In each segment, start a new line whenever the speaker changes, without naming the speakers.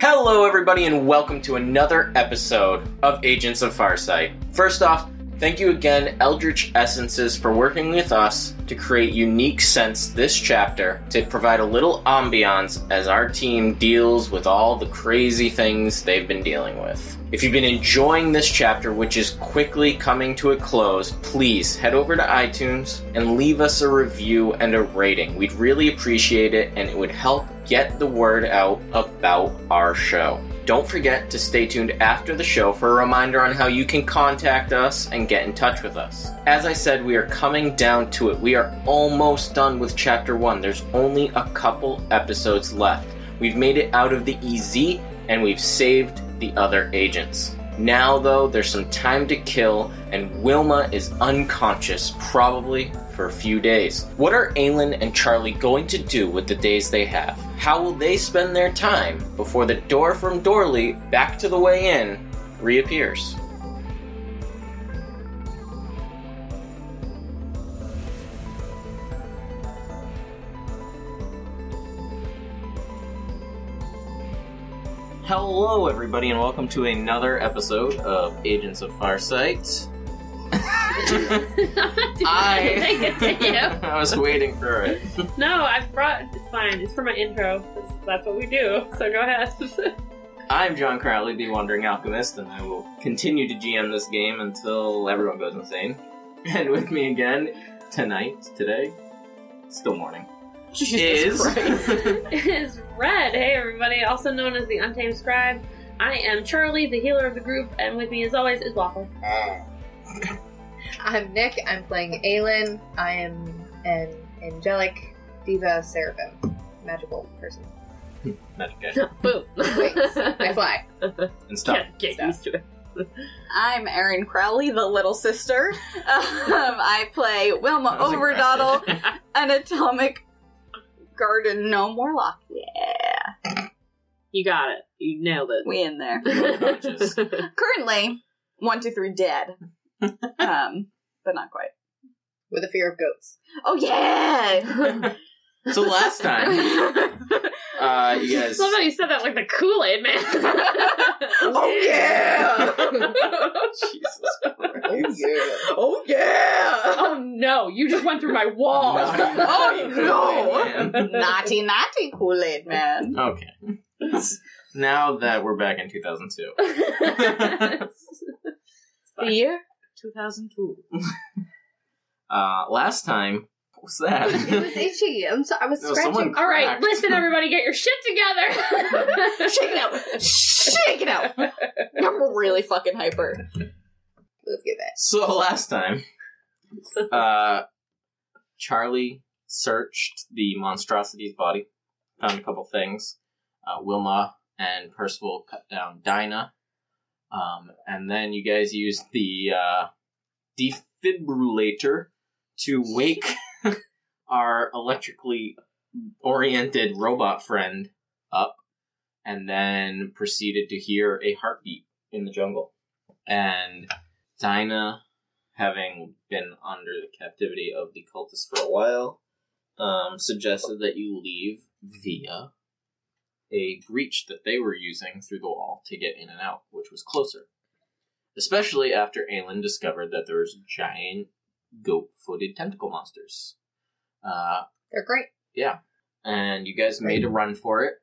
Hello, everybody, and welcome to another episode of Agents of Farsight. First off, thank you again, Eldritch Essences, for working with us to create unique sense this chapter to provide a little ambiance as our team deals with all the crazy things they've been dealing with. If you've been enjoying this chapter, which is quickly coming to a close, please head over to iTunes and leave us a review and a rating. We'd really appreciate it, and it would help get the word out about our show. Don't forget to stay tuned after the show for a reminder on how you can contact us and get in touch with us. As I said, we are coming down to it. We are almost done with chapter one. There's only a couple episodes left. We've made it out of the EZ and we've saved the other agents. Now, though, there's some time to kill, and Wilma is unconscious, probably for a few days. What are Aylin and Charlie going to do with the days they have? How will they spend their time before the door from Dorley back to the way in reappears? Hello, everybody, and welcome to another episode of Agents of Farsight. I
Thank
I was waiting for it.
you. No, I've brought. It's fine. It's for my intro. 'cause That's what we do. So go ahead.
I'm John Crowley, the Wandering Alchemist, and I will continue to GM this game until everyone goes insane. And with me again tonight, today, still morning, is
is Red. Hey, everybody. Also known as the Untamed Scribe. I am Charlie, the healer of the group, and with me, as always, is Waffle.
I'm Nick. I'm playing Aelin. I am an angelic diva seraphim, magical person.
magic guy.
Boom.
Wings. I fly.
and stuff.
Can't get used to it.
I'm Erin Crowley, the little sister. Um, I play Wilma
That was
Overdoddle, an atomic garden gnome warlock. Yeah,
You got it. You nailed it.
we in there.
Unconscious.
Currently, one, two, three, dead. Um, but not quite.
With a fear of goats.
Oh yeah!
So last time, uh, you guys.
Somebody said that like the Kool Aid Man.
Oh, yeah!
Jesus Christ.
yeah.
oh yeah!
oh no! You just went through my wall. Oh,
Naughty, naughty Kool-Aid Man.
naughty, naughty Kool Aid man.
Okay. Now that we're back in 2002.
The year
2002.
Uh, last time, what was that?
It was itchy. I'm so, I was
No,
scratching.
someone-
All right,
Correct.
listen, everybody, get your shit together.
shake it out, shake it out. I'm really fucking hyper.
Let's get back.
So last time, uh, Charlie searched the monstrosity's body, found a couple things. Uh, Wilma and Percival cut down Dinah, um, and then you guys used the uh, defibrillator to wake our electrically oriented robot friend up, and then proceeded to hear a heartbeat in the jungle, and. Dinah, having been under the captivity of the cultists for a while, um, suggested that you leave via a breach that they were using through the wall to get in and out, which was closer. Especially after Aelin discovered that there was giant goat-footed tentacle monsters. Uh,
They're great.
and you guys made a run for it.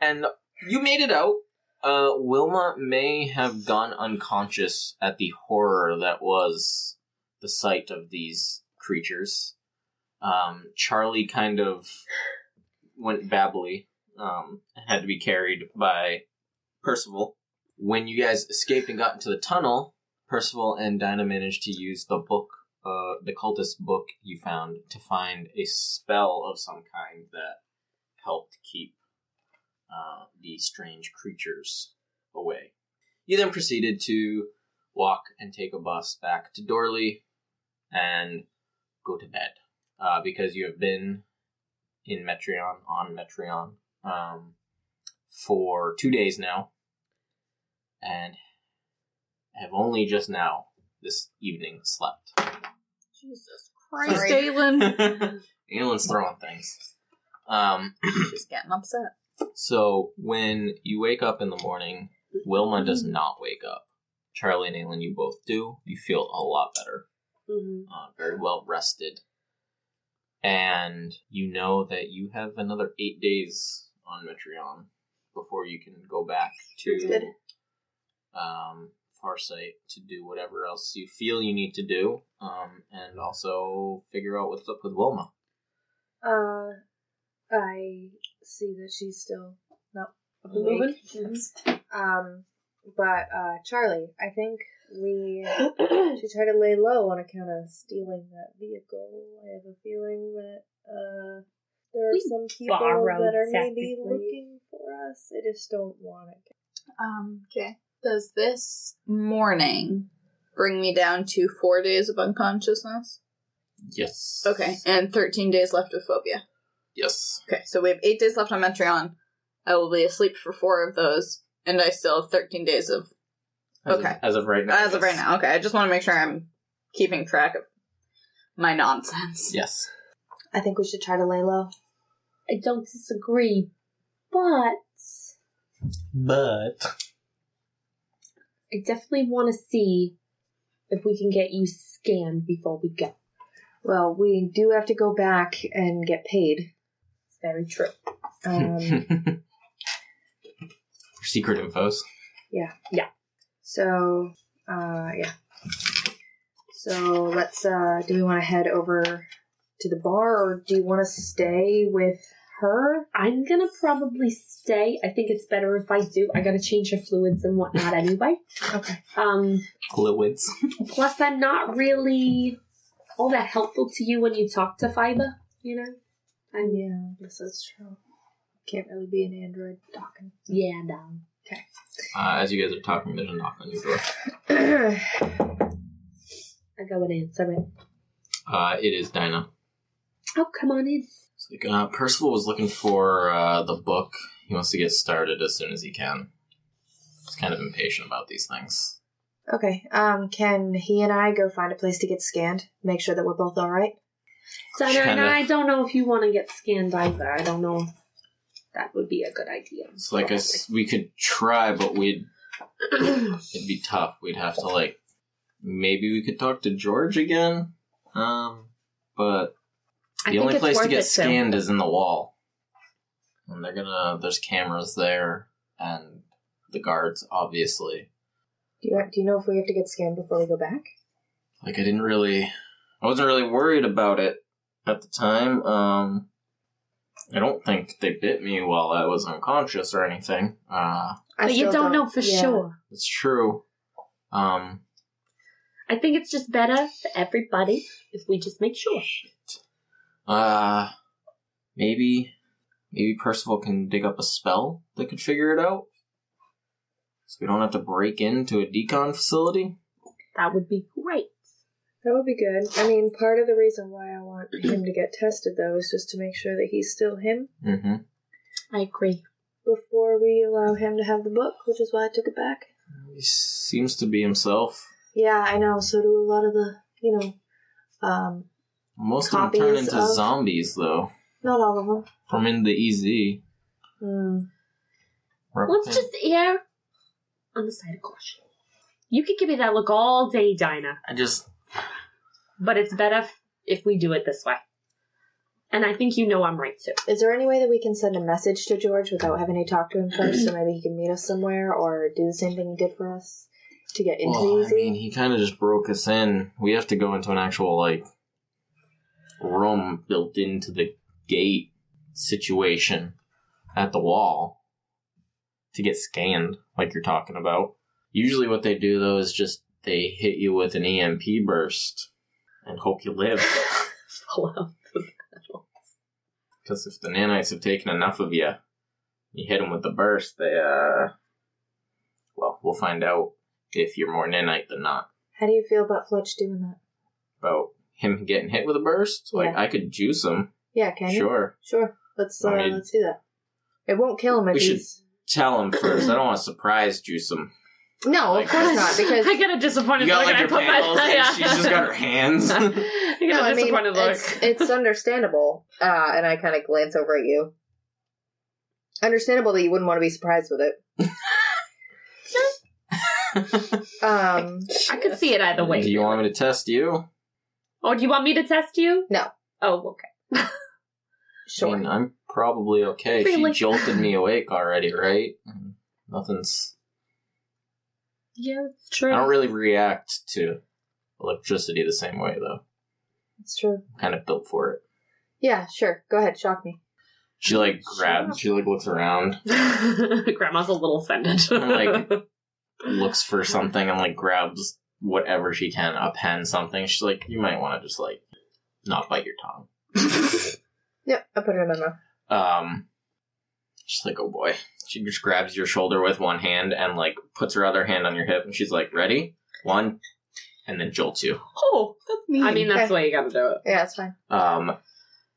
And you made it out. Uh, Wilma may have gone unconscious at the horror that was the sight of these creatures. Um, Charlie kind of went babbly, um, and had to be carried by Percival. When you guys escaped and got into the tunnel, Percival and Dinah managed to use the book uh, the cultist book you found to find a spell of some kind that helped keep uh, the strange creatures away. You then proceeded to walk and take a bus back to Dorley and go to bed uh, because you have been in Metreon, on Metreon, um, for two days now and have only just now this evening slept.
Jesus Christ,
Sorry.
Aylin.
Alan's throwing things. Um,
She's getting upset.
So when you wake up in the morning, Wilma does
Mm-hmm.
not wake up. Charlie and Aylin, you both do. You feel a lot better,
Mm-hmm.
uh, very well rested, and you know that you have another eight days on Metreon before you can go back
That's good.
to um, Farsight to do whatever else you feel you need to do, um, and also figure out what's up with Wilma.
Uh, I see that she's still not awake.
Moving?
Um, but uh, Charlie, I think we should try to lay low on account of stealing that vehicle. I have a feeling that uh, there are
We
some people
borrowed
that are
technically.
maybe looking for us. I just don't want it.
Um, okay. Does this morning bring me down to four days of unconsciousness?
Yes.
Okay, and 13 days left of phobia.
Yes.
Okay, so we have eight days left on Metreon. I will be asleep for four of those, and I still have 13 days of.
As
Okay.
Of, as of right now.
As of
yes.
right now, okay, I just want to make sure I'm keeping track of my nonsense.
Yes.
I think we should try to lay low.
I don't disagree, but
But
I definitely want to see if we can get you scanned before we go.
Well, we do have to go back and get paid.
It's very true.
Um,
secret infos.
so, uh, yeah. So let's. Uh, do we want to head over to the bar, or do you want to stay with her?
I'm gonna probably stay. I think it's better if I do. I gotta change her fluids and whatnot anyway.
Okay.
Um,
Fluids.
plus I'm not really all that helpful to you when you talk to Fiba, you know? I'm
Yeah, I guess that's true. Can't really be an android talking.
yeah, no.
Uh, as you guys are talking, there's a knock on your door.
I go and answer it.
Uh, it is Dinah.
Oh, come on in.
It's like, uh, Percival was looking for uh, the book. He wants to get started as soon as he can. He's kind of impatient about these things.
okay. Um, can he and I go find a place to get scanned? Make sure that we're both all right.
Donna and
Kinda.
I don't know if you want to get scanned either. I don't know if that would be a good idea.
It's like us. we could try, but we'd it'd be tough. We'd have to like maybe we could talk to George again. Um, but the
I think
only
it's
place to
worth
get
it, though.
scanned is in the wall. And they're gonna there's cameras there and the guards, obviously.
Do you do you know if we have to get scanned before we go back?
Like I didn't really I wasn't really worried about it at the time. Um I don't think they bit me while I was unconscious or anything. Uh
I
But you
still
don't, know for
yeah.
sure.
it's true. Um
I think it's just better for everybody if we just make sure.
uh maybe maybe Percival can dig up a spell that could figure it out. So we don't have to break into a decon facility.
That would be great.
That would be good. I mean, part of the reason why I want him to get tested though is just to make sure that he's still him
Mm-hmm.
I agree.
before we allow him to have the book, which is why I took it back.
He seems to be himself.
Yeah, I know. So do a lot of the, you know, um,
Most of them turn
Copies
into
of-
zombies though.
not all of them.
From in the E EZ.
Hmm.
Let's
Replicant.
just err on the side of caution. You could give me that look all day, Dinah,
I just
but it's better f- if we do it this way. And I think you know I'm right too.
Is there any way that we can send a message to George without having to talk to him first, so maybe he can meet us somewhere or do the same thing he did for us to get into
well,
the
I
easy?
mean, he kind of just broke us in. We have to go into an actual like room built into the gate situation at the wall to get scanned, like you're talking about. Usually, what they do though is just they hit you with an EMP burst and hope you live.
Hello.
Because if the nanites have taken enough of you, you hit them with the burst. They uh, well, we'll find out if you're more nanite than not.
How do you feel about Fletch doing that?
about him getting hit with a burst. Like
Yeah.
I could juice him,
Yeah, can you?
sure.
Sure. Let's uh,
I mean-
let's do that. It won't kill him if
We should-
he's.
Tell him first. I don't want to surprise juice him.
No,
like
of course
this.
not. Because
I got a disappointed
You got like
look.
your
and I put
panels,
my- Yeah.
and she's just got her hands.
I got
no,
a
I mean
disappointed look.
it's, it's understandable. Uh, and I kind of glance over at you. Understandable that you wouldn't want to be surprised with it. um,
I could see it either way.
Do you want me to test you?
oh, do you want me to test you?
No.
Oh, okay.
I
sure.
mean, I'm probably okay.
Really?
She jolted me awake already, right? Nothing's.
Yeah, that's
I
true.
don't really react to electricity the same way, though.
It's true.
I'm kind of built for it.
Yeah, sure. Go ahead. Shock me.
She like grabs. She like looks around,
Grandma's a little offended.
Like- looks for something, and like grabs whatever she can, a pen, something. She's like, you might want to just like not bite your tongue.
Yep, I put it in my mouth.
Um, she's like, oh boy. She just grabs your shoulder with one hand and like puts her other hand on your hip, and she's like, ready, one, and then jolts you.
oh, that's mean.
I mean, that's the way you gotta do it.
Yeah, it's fine.
Um,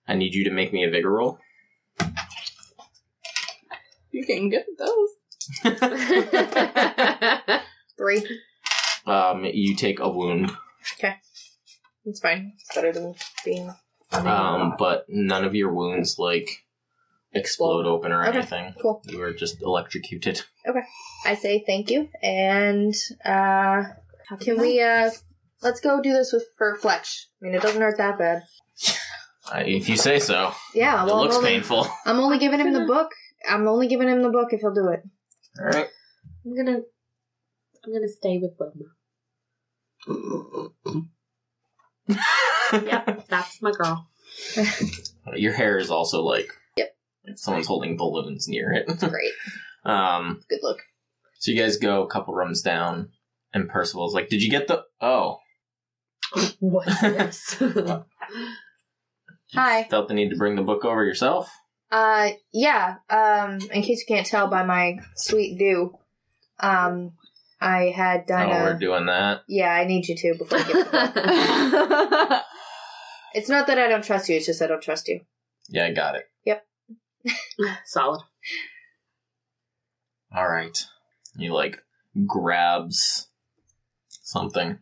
I need you to make me a vigor roll.
you're getting good at those.
Three.
Um, you take a wound,
It's fine. It's better than being.
um, but none of your wounds like explode open or
Okay.
anything.
Cool.
You were just electrocuted.
I say thank you, and uh, can we? uh Let's go do this with for Fletch. I mean, it doesn't hurt that bad.
Uh, if you say so.
Yeah,
It
well,
looks
I'm, only,
painful.
I'm only giving him the book. I'm only giving him the book if he'll do it.
All right.
I'm gonna, I'm gonna stay with Wilma. Yep, that's my girl.
Your hair is also like. Yep. Someone's holding balloons near it.
Great,
um.
good look.
So you guys go a couple rooms down, and Percival's like, "Did you get the? Oh,
What is this?
Hi.
felt the need to bring the book over yourself?
Uh, yeah. Um, in case you can't tell by my sweet do, um, I had done
oh,
a.
we're doing that.
yeah, I need you to before I get. it's not that I don't trust you. It's just I don't trust you.
Yeah, I got it.
Solid.
All right. He like grabs something,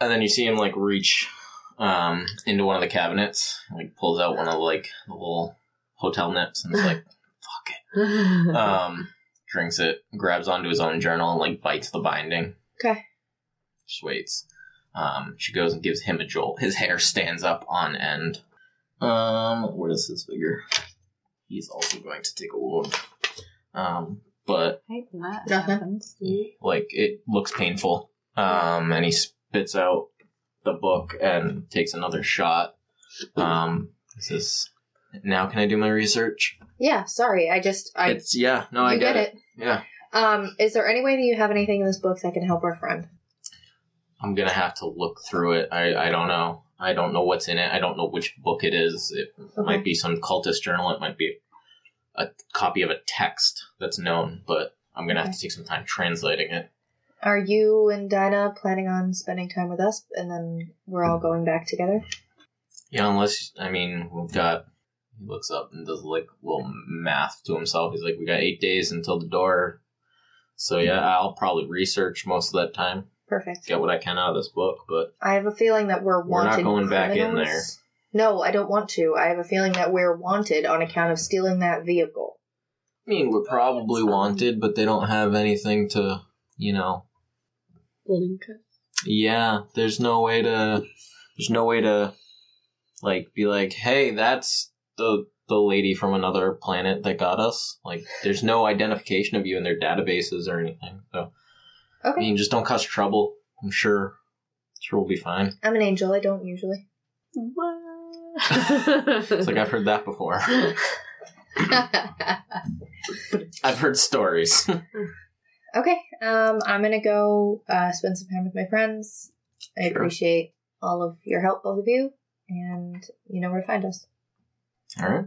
and then you see him like reach um into one of the cabinets, and, like pulls out one of like the little hotel nips, and is like, "Fuck it." Um, drinks it, grabs onto his own journal, and like bites the binding.
Okay.
Just waits. Um, she goes and gives him a jolt. His hair stands up on end. Um, what is his figure? He's also going to take a wound. Um, but
that
Nothing.
happens.
like it looks painful. Um, and he spits out the book and takes another shot. Um, this is now. Can I do my research?
Yeah. Sorry. I just. I.
it's yeah. No, I
you
get,
get
it. Yeah,
Um, is there any way that you have anything in this book that can help our friend?
I'm gonna have to look through it. I I don't know. I don't know what's in it. I don't know which book it is. It It might be some cultist journal. It might be a copy of a text that's known, but I'm gonna have to take some time translating it.
Are you and Dinah planning on spending time with us, and then we're all going back together?
Yeah, unless I mean we've got. He looks up and does like little math to himself. He's like, "We got eight days until the door." So yeah, I'll probably research most of that time,
Perfect.
get what I can out of this book. But
I have a feeling that we're
We're not
wanted.
going back in
criminals. No, I don't want to. I have a feeling that we're wanted on account of stealing that vehicle.
I mean, we're probably wanted, but they don't have anything to, you know,
Blinka.
Yeah, there's no way to there's no way to like be like, "Hey, that's the the lady from another planet that got us." Like there's no identification of you in their databases or anything. So, I
Okay,
mean, just don't cause trouble. I'm sure sure we'll be fine.
I'm an angel. I don't usually.
It's like I've heard that before.
okay,
I've heard stories.
um, I'm gonna go uh, spend some time with my friends. I
Sure.
appreciate all of your help, both of you, and you know where to find us.
All right.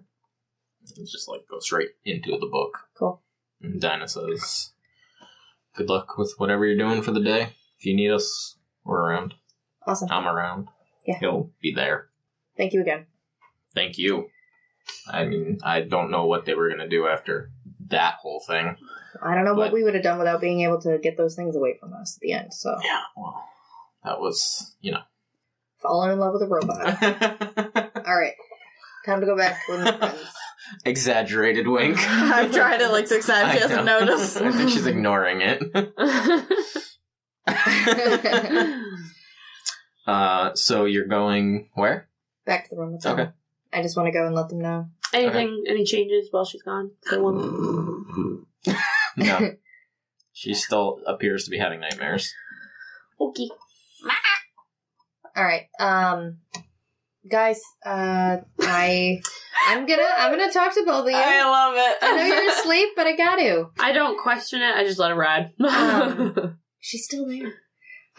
Let's just like go straight into the book.
Cool.
And Dinah says, "Good luck with whatever you're doing for the day. If you need us, we're around."
Awesome.
I'm around.
Yeah.
He'll be there.
Thank you again.
Thank you. I mean, I don't know what they were going to do after that whole thing.
I don't know what
But-
we would have done without being able to get those things away from us at the end. So
Yeah, well, that was, you know.
falling in love with a robot. All right, time to go back with my friends.
Exaggerated wink.
I've tried it like six times.
I
She hasn't
know.
noticed.
I think she's ignoring it. uh, so you're going where?
Back to the room with them.
Okay.
I just want to go and let them know.
Anything? Any changes while she's gone? The
Mm.
woman.
no, she still appears to be having nightmares.
Okay.
All right, um, guys, uh, I, I'm gonna, I'm gonna talk to both of you. I,
love it.
know you're asleep, but I got to.
I don't question it. I just let it ride.
Um. She's still there.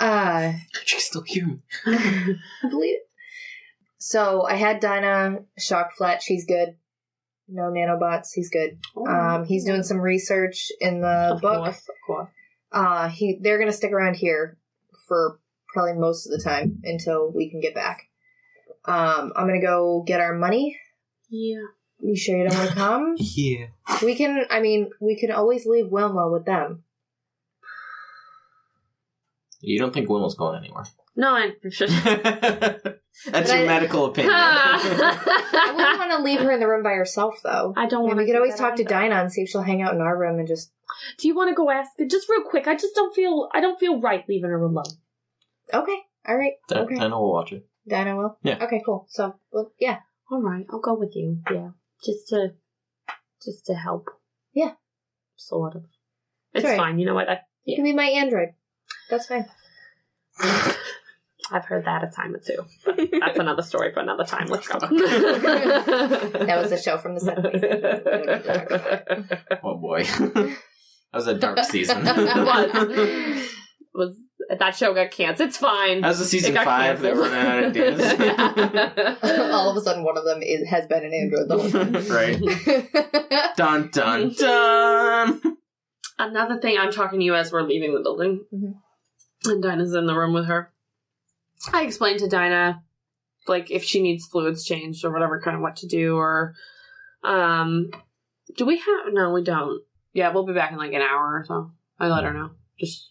Uh,
She can still hear me.
I believe it. So I had Dinah shock flat. She's good. No nanobots. He's good. Um, he's doing some research in the
Oh. of
book.
course, of course.
Uh, he they're gonna stick around here for probably most of the time until we can get back. Um, I'm gonna go get our money.
Yeah.
You sure you don't want to come?
Yeah.
We can. I mean, we can always leave Wilma with them.
You don't think Wilma's going anywhere?
No, I'm for sure.
That's
But
your
I-
medical opinion.
I wouldn't
I
want to leave her in the room by herself, though.
don't
I mean,
want.
we could always talk to Dinah and see if she'll hang out in our room and just.
Do you want to go ask? Just real quick. I just don't feel. I don't feel right leaving her alone.
Okay. All right.
I-
Okay.
I know we'll watch it.
Dinah will.
Yeah.
Okay. Cool. So, well, yeah.
All right, I'll go with you. Yeah, just to, just to help.
Yeah.
Sort of. It's
Sure.
fine. You know what? I,
You can be my android. That's fine.
I've heard that a time or two. But that's another story for another time. Let's go. that
That was the show from the seventies.
Oh boy. that was a dark season.
What?
that
was that show got canceled? It's fine.
was the season five that ran out of ideas.
All of a sudden, one of them is, has been an android the whole time.
right. Dun dun dun.
Another thing, I'm talking to you as we're leaving the building,
Mhm.
and Dinah's in the room with her. I explained to Dinah, like if she needs fluids changed or whatever, kind of what to do, or um, do we have? No, we don't. Yeah, we'll be back in like an hour or so. I let her know. Just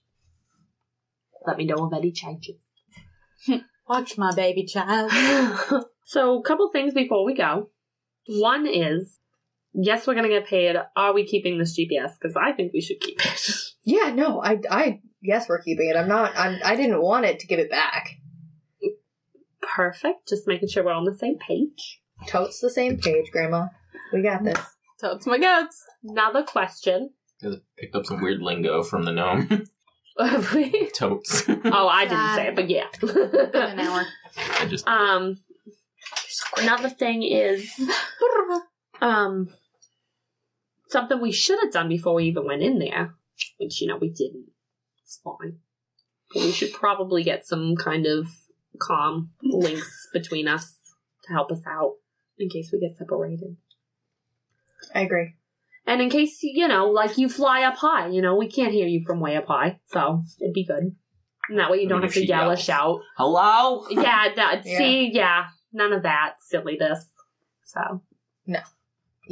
let me know of any changes.
Watch my baby child.
so, a couple things before we go. One is, yes, we're gonna get paid. Are we keeping this GPS? Because I think we should keep it.
yeah. No. I. I. Yes, we're keeping it. I'm not. I'm. I didn't want it to give it back.
Perfect. Just making sure we're on the same page.
Totes the same page, Grandma. We got this.
Totes my goats.
Another question.
Guys Picked up some weird lingo from the gnome.
oh,
Totes.
I didn't say it, but
In an
yeah.
hour.
I just
um, another thing is, um, something we should have done before we even went in there, which you know we didn't. It's fine. But we should probably get some kind of calm links between us to help us out in case we get separated.
I agree.
And in case, you know, like you fly up high, you know, we can't hear you from way up high. So it'd be good. And that way you don't
Maybe
have to
she
yell or
yells.
shout.
Hello?
Yeah, that,
Yeah.
see, yeah, none of that silliness. So.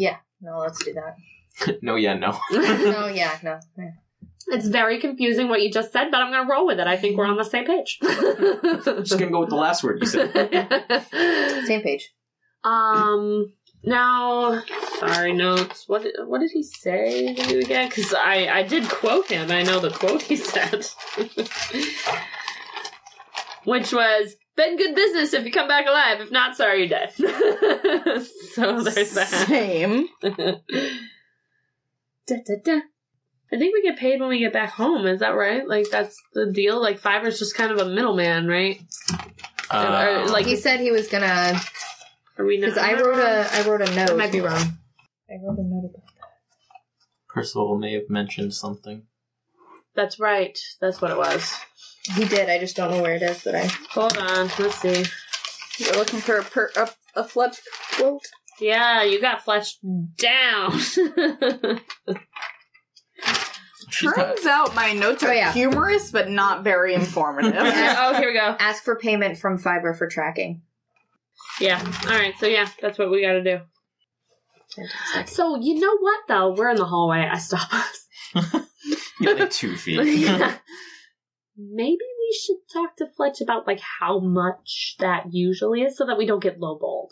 No, let's do that.
No, yeah, no.
No. Yeah. No. yeah.
It's very confusing what you just said, but I'm going to roll with it. I think we're on the same page.
Just gonna go with the last word you said.
Same page.
um, now, sorry, notes. What did, what did he say to you again? Because I, I did quote him. I know the quote he said. Which was, been good business if you come back alive. If not, sorry you're dead. so there's that.
Same.
Da, da, da. I think we get paid when we get back home. Is that right? Like, that's the deal? Like, Fiverr's just kind of a middleman, right?
Uh,
Or, like-
He said he was gonna.
Are we not?
Because I wrote a. I wrote a note.
I might be wrong.
I wrote a note. about-
Percival may have mentioned something.
That's right. That's what it was.
He did. I just don't know where it is that I.
Hold on. Let's see.
You're looking for a per- a, a fletch quote.
Yeah, you got flushed down.
She's not-
Turns out my notes are
Oh, yeah.
humorous, but not very informative.
oh, here we go.
Ask for payment from Fiber for tracking.
Yeah. All right. So yeah, that's what we got to do.
Fantastic.
So you know what though? We're in the hallway. I stop us.
You're like two feet.
Yeah. Maybe we should talk to Fletch about like how much that usually is, so that we don't get lowballed.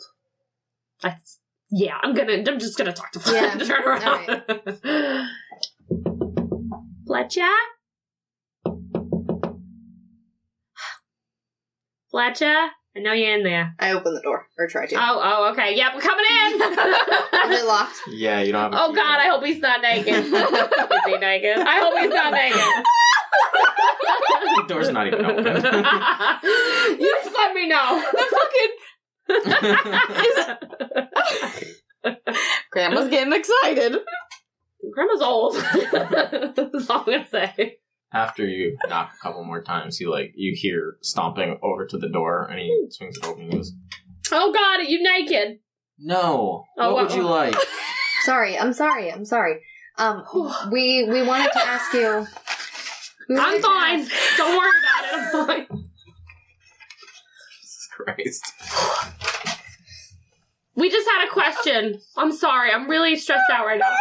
That's Yeah, I'm gonna. I'm just gonna talk to Fletcher.
Yeah,
Turn around. Fletcher. Fletcher, I know you're in there.
I open the door or try to.
Oh, oh, okay. Yep, we're coming
Is
in.
it locked?
Yeah, you don't have. A
oh God, I hope he's not naked. Is he naked? I hope he's not naked.
the door's not even open.
you just let me know.
fucking grandma's getting excited.
Grandma's old. That's all I'm gonna say.
After you knock a couple more times, you like you hear stomping over to the door, and he swings it open. and goes,
Oh God, are you naked?
"No,
Oh,
what would
wow.
you like?"
Sorry, I'm sorry, I'm sorry. Um, we we wanted to ask you. we
I'm
wanted to
fine.
ask-
Don't worry about it. I'm fine.
Jesus Christ.
We just had a question. I'm sorry. I'm really stressed out right now.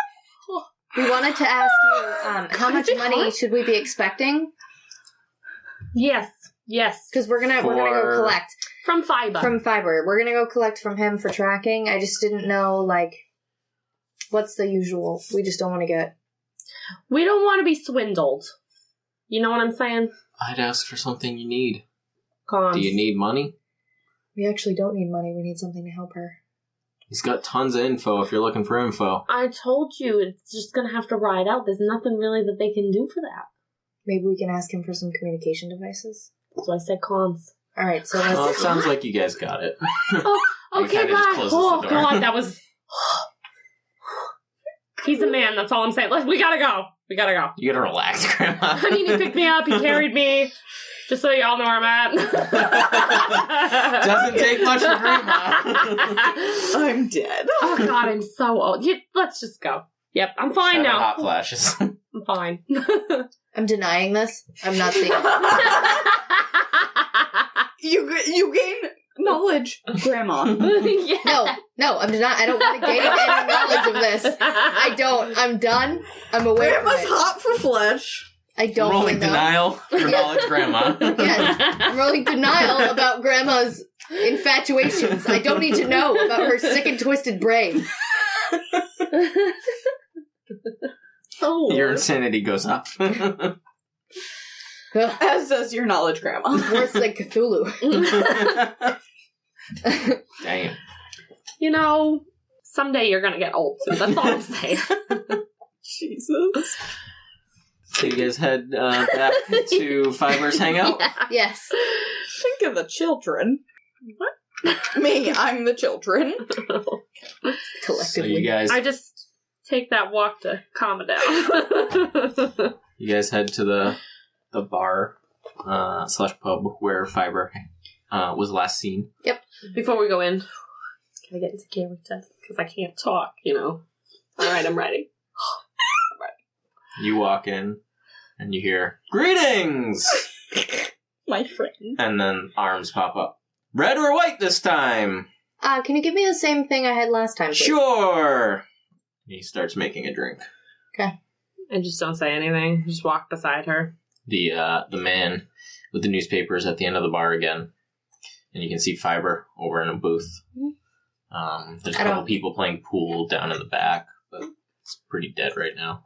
We wanted to ask you um, how
Is
much
it
money
hot?
should we be expecting?
Yes, yes.
Because we're gonna we're gonna
For-
go collect
From fiber.
from Fiber. We're gonna go collect from him for tracking. I just didn't know like what's the usual. We just don't want to get.
we don't want to be swindled. You know what I'm saying?
I'd ask for something you need.
Cons.
Do you need money?
We actually don't need money. We need something to help her.
He's got tons of info. If you're looking for info,
I told you it's just gonna have to ride out. There's nothing really that they can do for that.
Maybe we can ask him for some communication devices.
So I said cons.
All right, so
well, it
let's.
sounds like you guys got it. And
Okay,
kinda just
bye.
closes
Oh
the door.
God, that was. He's a man. That's all I'm saying. Let- We gotta go. We gotta go.
You gotta relax, Grandma.
I mean, he picked me up. He carried me. Just so y'all know where I'm at.
Doesn't take much for Grandma.
oh
I'm dead.
God, I'm so old. You, let's just go. Yep, I'm fine
Having
now.
Hot flashes.
I'm fine.
I'm denying this. I'm not seeing. it.
you g- you gain knowledge, grandma.
yeah.
No, no, I'm not. I don't want to gain any knowledge of this. I don't. I'm done. I'm aware. of
Grandma's
it.
hot for flesh.
I don't
Rolling
know.
denial. Your knowledge, Grandma.
Yes, I'm rolling denial about Grandma's infatuations. I don't need to know about her sick and twisted brain.
Oh.
Your insanity goes up.
Ugh,
As does your knowledge, grandma.
worse than Cthulhu.
Damn.
you know, someday you're gonna get old. So that's all I'm saying.
Jesus.
So you guys head uh, back to Fiver's Hangout.
Yes.
Think of the children. What? Me, I'm the children.
So you
Collectively.
guys,
I just take that walk to calm it down.
you guys head to the the bar uh, slash pub where Fiber uh, was last seen.
Before we go in, can I get into character? Because I can't talk, you know. All right, I'm ready.
You walk in and you hear greetings,
My friend.
and then arms pop up, red or white this time.
Uh, can you give me the same thing I had last time? please?
Sure. He starts making a drink.
I just don't say anything. Just walk beside her.
The uh, the man with the newspapers at the end of the bar again, and you can see Fiber over in a booth. Um, there's a
I
couple
don't-
people playing pool down in the back, but it's pretty dead right now.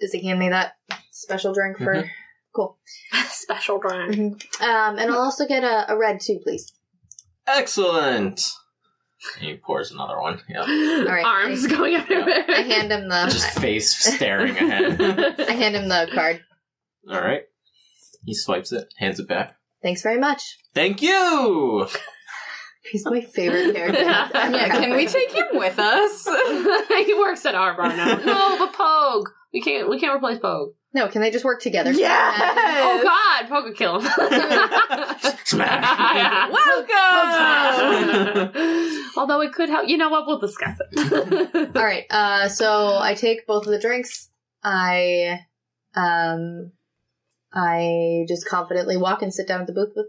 Does he hand me that special drink for?
Mhm.
Cool.
Special drink.
Mhm. Um, and I'll also get a, a red too, please.
Excellent. And he pours another one. Yeah,
right,
Arms
I-
going everywhere.
I hand him the.
just face staring ahead.
I hand him the card.
All right. He swipes it, hands it back.
Thanks very much.
Thank you.
He's my favorite character. that's ever
Yeah, can we
happened.
take him with us?
he works at our bar now. No, but Pogue. We can't. We can't replace Pogue.
No, can they just work together?
Oh
Yes!
God, Pogue would kill him.
Smack.
Welcome!
Although it could help. You know what? We'll discuss it.
All right. Uh, so I take both of the drinks. I, um, I just confidently walk and sit down at the booth with.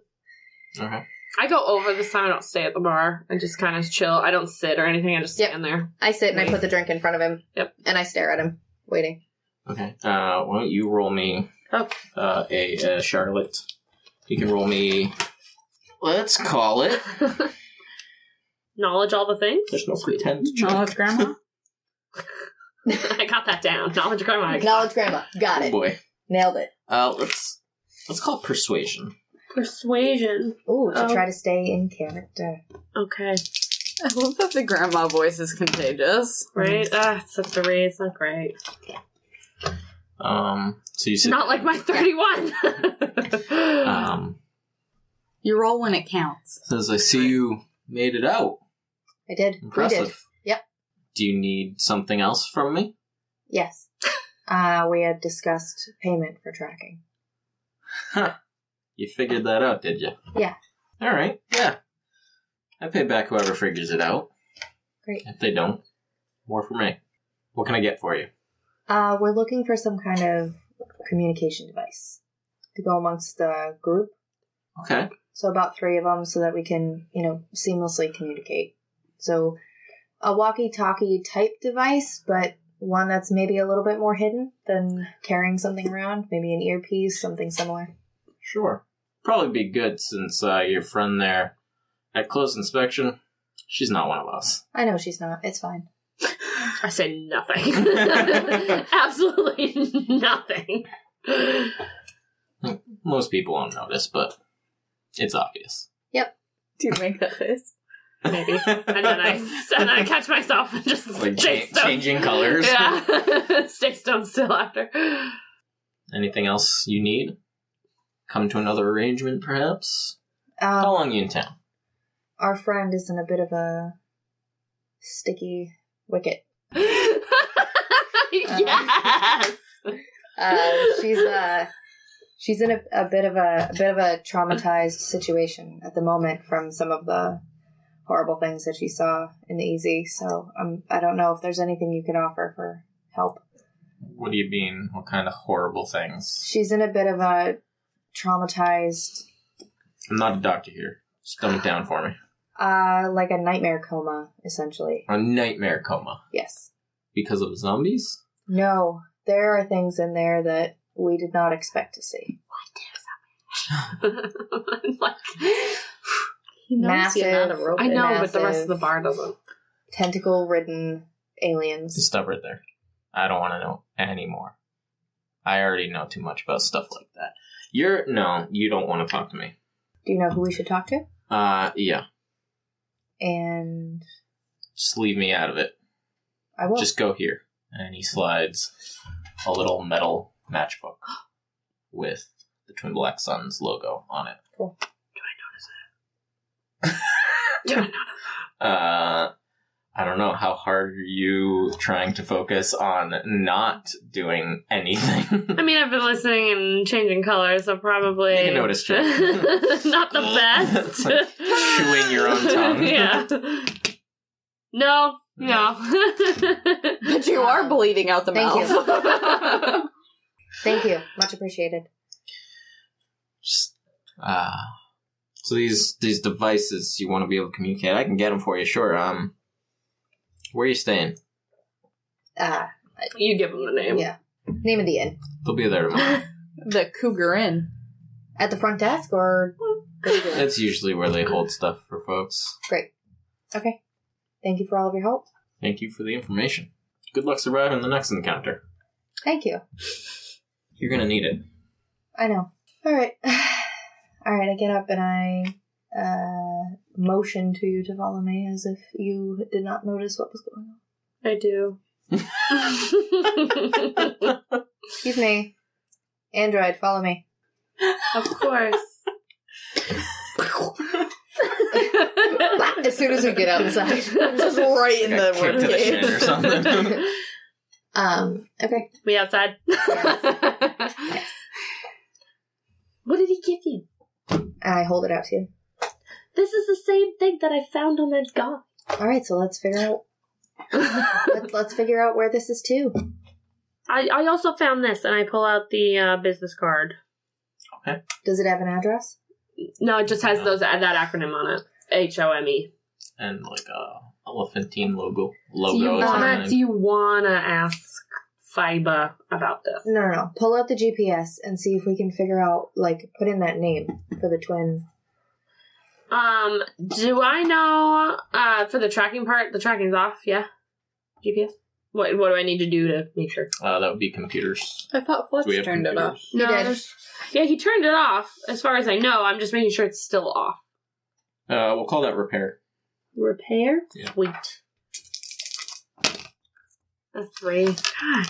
All right.
I go over this time. I don't stay at the bar. I just kind of chill. I don't sit or anything. I just
Yep.
stand there.
I sit and I put the drink in front of him.
Yep.
And I stare at him, waiting.
Okay. Uh, why don't you roll me
Oh.
Okay.
uh, a, uh Charlotte? You can roll me. Let's call it
Knowledge all the things.
There's no pretend
Oh,
Knowledge
check.
grandma.
I got that down. Knowledge grandma.
Knowledge grandma. Got
Oh
it.
boy.
Nailed it.
Uh, let's let's call it persuasion.
Persuasion.
Ooh, to
Oh.
try to stay in character.
Okay.
I love that the grandma voice is contagious.
Right? Ah, it's such a raise. Not great.
Um, so you said
Not like my 31.
Um,
You roll when it counts.
says I see you made it out.
I did. We did.
Impressive.
Yep.
Do you need something else from me?
Yes. Uh, we had discussed payment for tracking.
Huh. You figured that out, did you?
Yeah.
All right. Yeah. I pay back whoever figures it out.
Great.
If they don't, more for me. What can I get for you?
Uh, we're looking for some kind of communication device to go amongst the group.
Okay.
So about three of them, so that we can, you know, seamlessly communicate. So a walkie-talkie type device, but one that's maybe a little bit more hidden than carrying something around, maybe an earpiece, something similar.
Sure. Probably be good since uh, your friend there at close inspection, she's not one of us.
I know she's not. It's fine.
I say nothing. Absolutely nothing.
Most people won't notice, but it's obvious.
Do you make that face?
Maybe. And then I and then I catch myself and just
like
stay
cha-
stone.
changing colors.
Yeah. stay stone still after.
Anything else you need? Come to another arrangement, perhaps?
Um,
How long you in town?
Our friend is in a bit of a sticky wicket.
yes.
Uh, she's uh, she's in a, a bit of a, a bit of a traumatized situation at the moment from some of the horrible things that she saw in the easy. So um, I don't know if there's anything you can offer for help.
What do you mean? What kind of horrible things?
She's in a bit of a traumatized,
I'm not a doctor here. Just dumb it down for me.
uh, like a nightmare coma, essentially.
A nightmare coma.
Yes.
Because of zombies?
No, there are things in there that we did not expect to see.
like,
He knows you're not a
Massive.
robot.
I know, but the rest
Massive.
of the bar doesn't.
Tentacle ridden aliens.
Just stop right there. I don't want to know anymore. I already know too much about stuff like that. You're. No, you don't want to talk to me.
Do you know who we should talk to?
Uh, yeah.
And
Just leave me out of it.
I will.
Just go here. And he slides a little metal matchbook with the Twin Black Suns logo on it.
Cool.
Do I
Uh, I don't know how hard are you trying to focus on not doing anything.
I mean, I've been listening and changing colors, so probably
Make a notice check.
not the best.
It's like chewing your own tongue.
yeah. No. No.
But you are bleeding out the
Thank
mouth.
Thank you. Much appreciated.
Just, uh, so these these devices you want to be able to communicate, I can get them for you. Sure. Um, where are you staying?
Uh,
you give him the name.
yeah. Name of the inn.
They'll be there tomorrow.
the cougar in.
At the front desk or.
That's usually where they hold stuff for folks.
Okay. Thank you for all of your help.
Thank you for the information. Good luck surviving the next encounter.
Thank you.
You're gonna need it.
I know. All right. All right. I get up and I uh, motion to you to follow me as if you did not notice what was going on.
I do.
Excuse me. Android, follow me.
of course.
As soon as we get outside.
right
Like I kicked to the shin or something.
Um, okay.
We outside. what did he give you?
I hold it out to you.
This is the same thing that I found on that guy.
All right. So let's figure out. Let, let's figure out where this is to.
I, I also found this, and I pull out the uh, business card.
Does it have an address?
No, it just has those that acronym on it. H O M E.
and like uh, a elephantine logo.
Do you
Logo. or
wanna
something.
do you wanna ask Fiba about this?
No, no, no. Pull out the GPS and see if we can figure out, like, put in that name for the twin
Um, do I know uh for the tracking part? The tracking's off, yeah. GPS. What What do I need to do to make sure?
Uh, that would be computers.
I thought Fletch
Do we have
turned it
computers?
off.
No,
did.
there's- yeah, he turned it off. As far as I know, I'm just making sure it's still off.
Uh, we'll call that repair.
Repair.
Yeah.
Sweet. A three. God,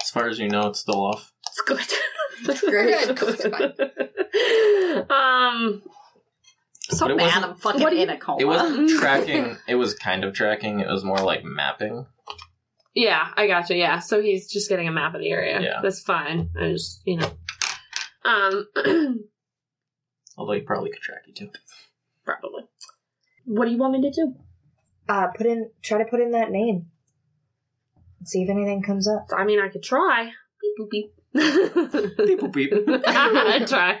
As far as you know, it's still off.
it's good. It's
good.
um.
So
But it
mad
wasn't-
I'm fucking
What do you-
in a coma.
It wasn't tracking. It was kind of tracking. It was more like mapping.
Yeah, I gotcha. Yeah, so he's just getting a map of the area.
Yeah.
that's fine. I just you know, um,
Although he probably could track you too.
probably. What do you want me to do?
Uh, put in, try to put in that name. And see if anything comes up.
I mean, I could try. Beep boop beep.
Beep boop beep.
I try.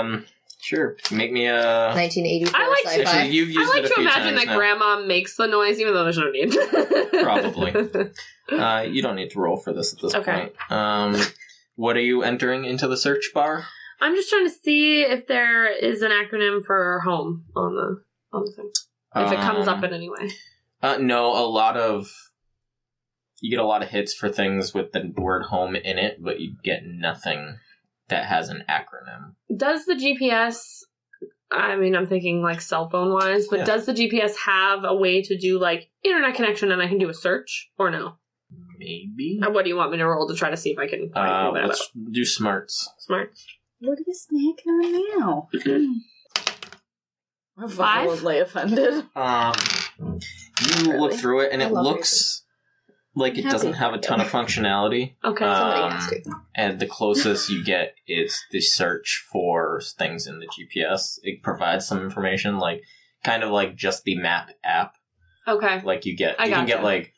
Um, sure. Make me a.
1984
I like to-
sci-fi.
Uh, Actually, you've
I
used
like
it a
to
few
imagine
times
that
now.
Grandma makes the noise, even though there's no need.
Probably. uh, you don't need to roll for this at this
Okay.
point. Um, what are you entering into the search bar?
I'm just trying to see if there is an acronym for home on the on the thing. If it comes
Um,
up in any way.
Uh, no, a lot of you get a lot of hits for things with the word home in it, but you get nothing that has an acronym.
Does the GPS? I mean, I'm thinking like cell phone wise, but
Yeah.
does the GPS have a way to do like internet connection and I can do a search or no?
Maybe.
Uh, What do you want me to roll to try to see if I can find
Uh,
all that out?
let's do smarts.
Smart.
What are you snacking on now? I'm
Five?
violently offended.
Um, you look
Really?
through it, and
I
it
love
looks like it
Happy
doesn't have a ton of functionality.
Okay.
Uh,
Somebody
Um,
has to.
And the closest you get is the search for things in the GPS. It provides some information, like kind of like just the map app.
okay.
Like you get,
I
you can get
gotcha.
like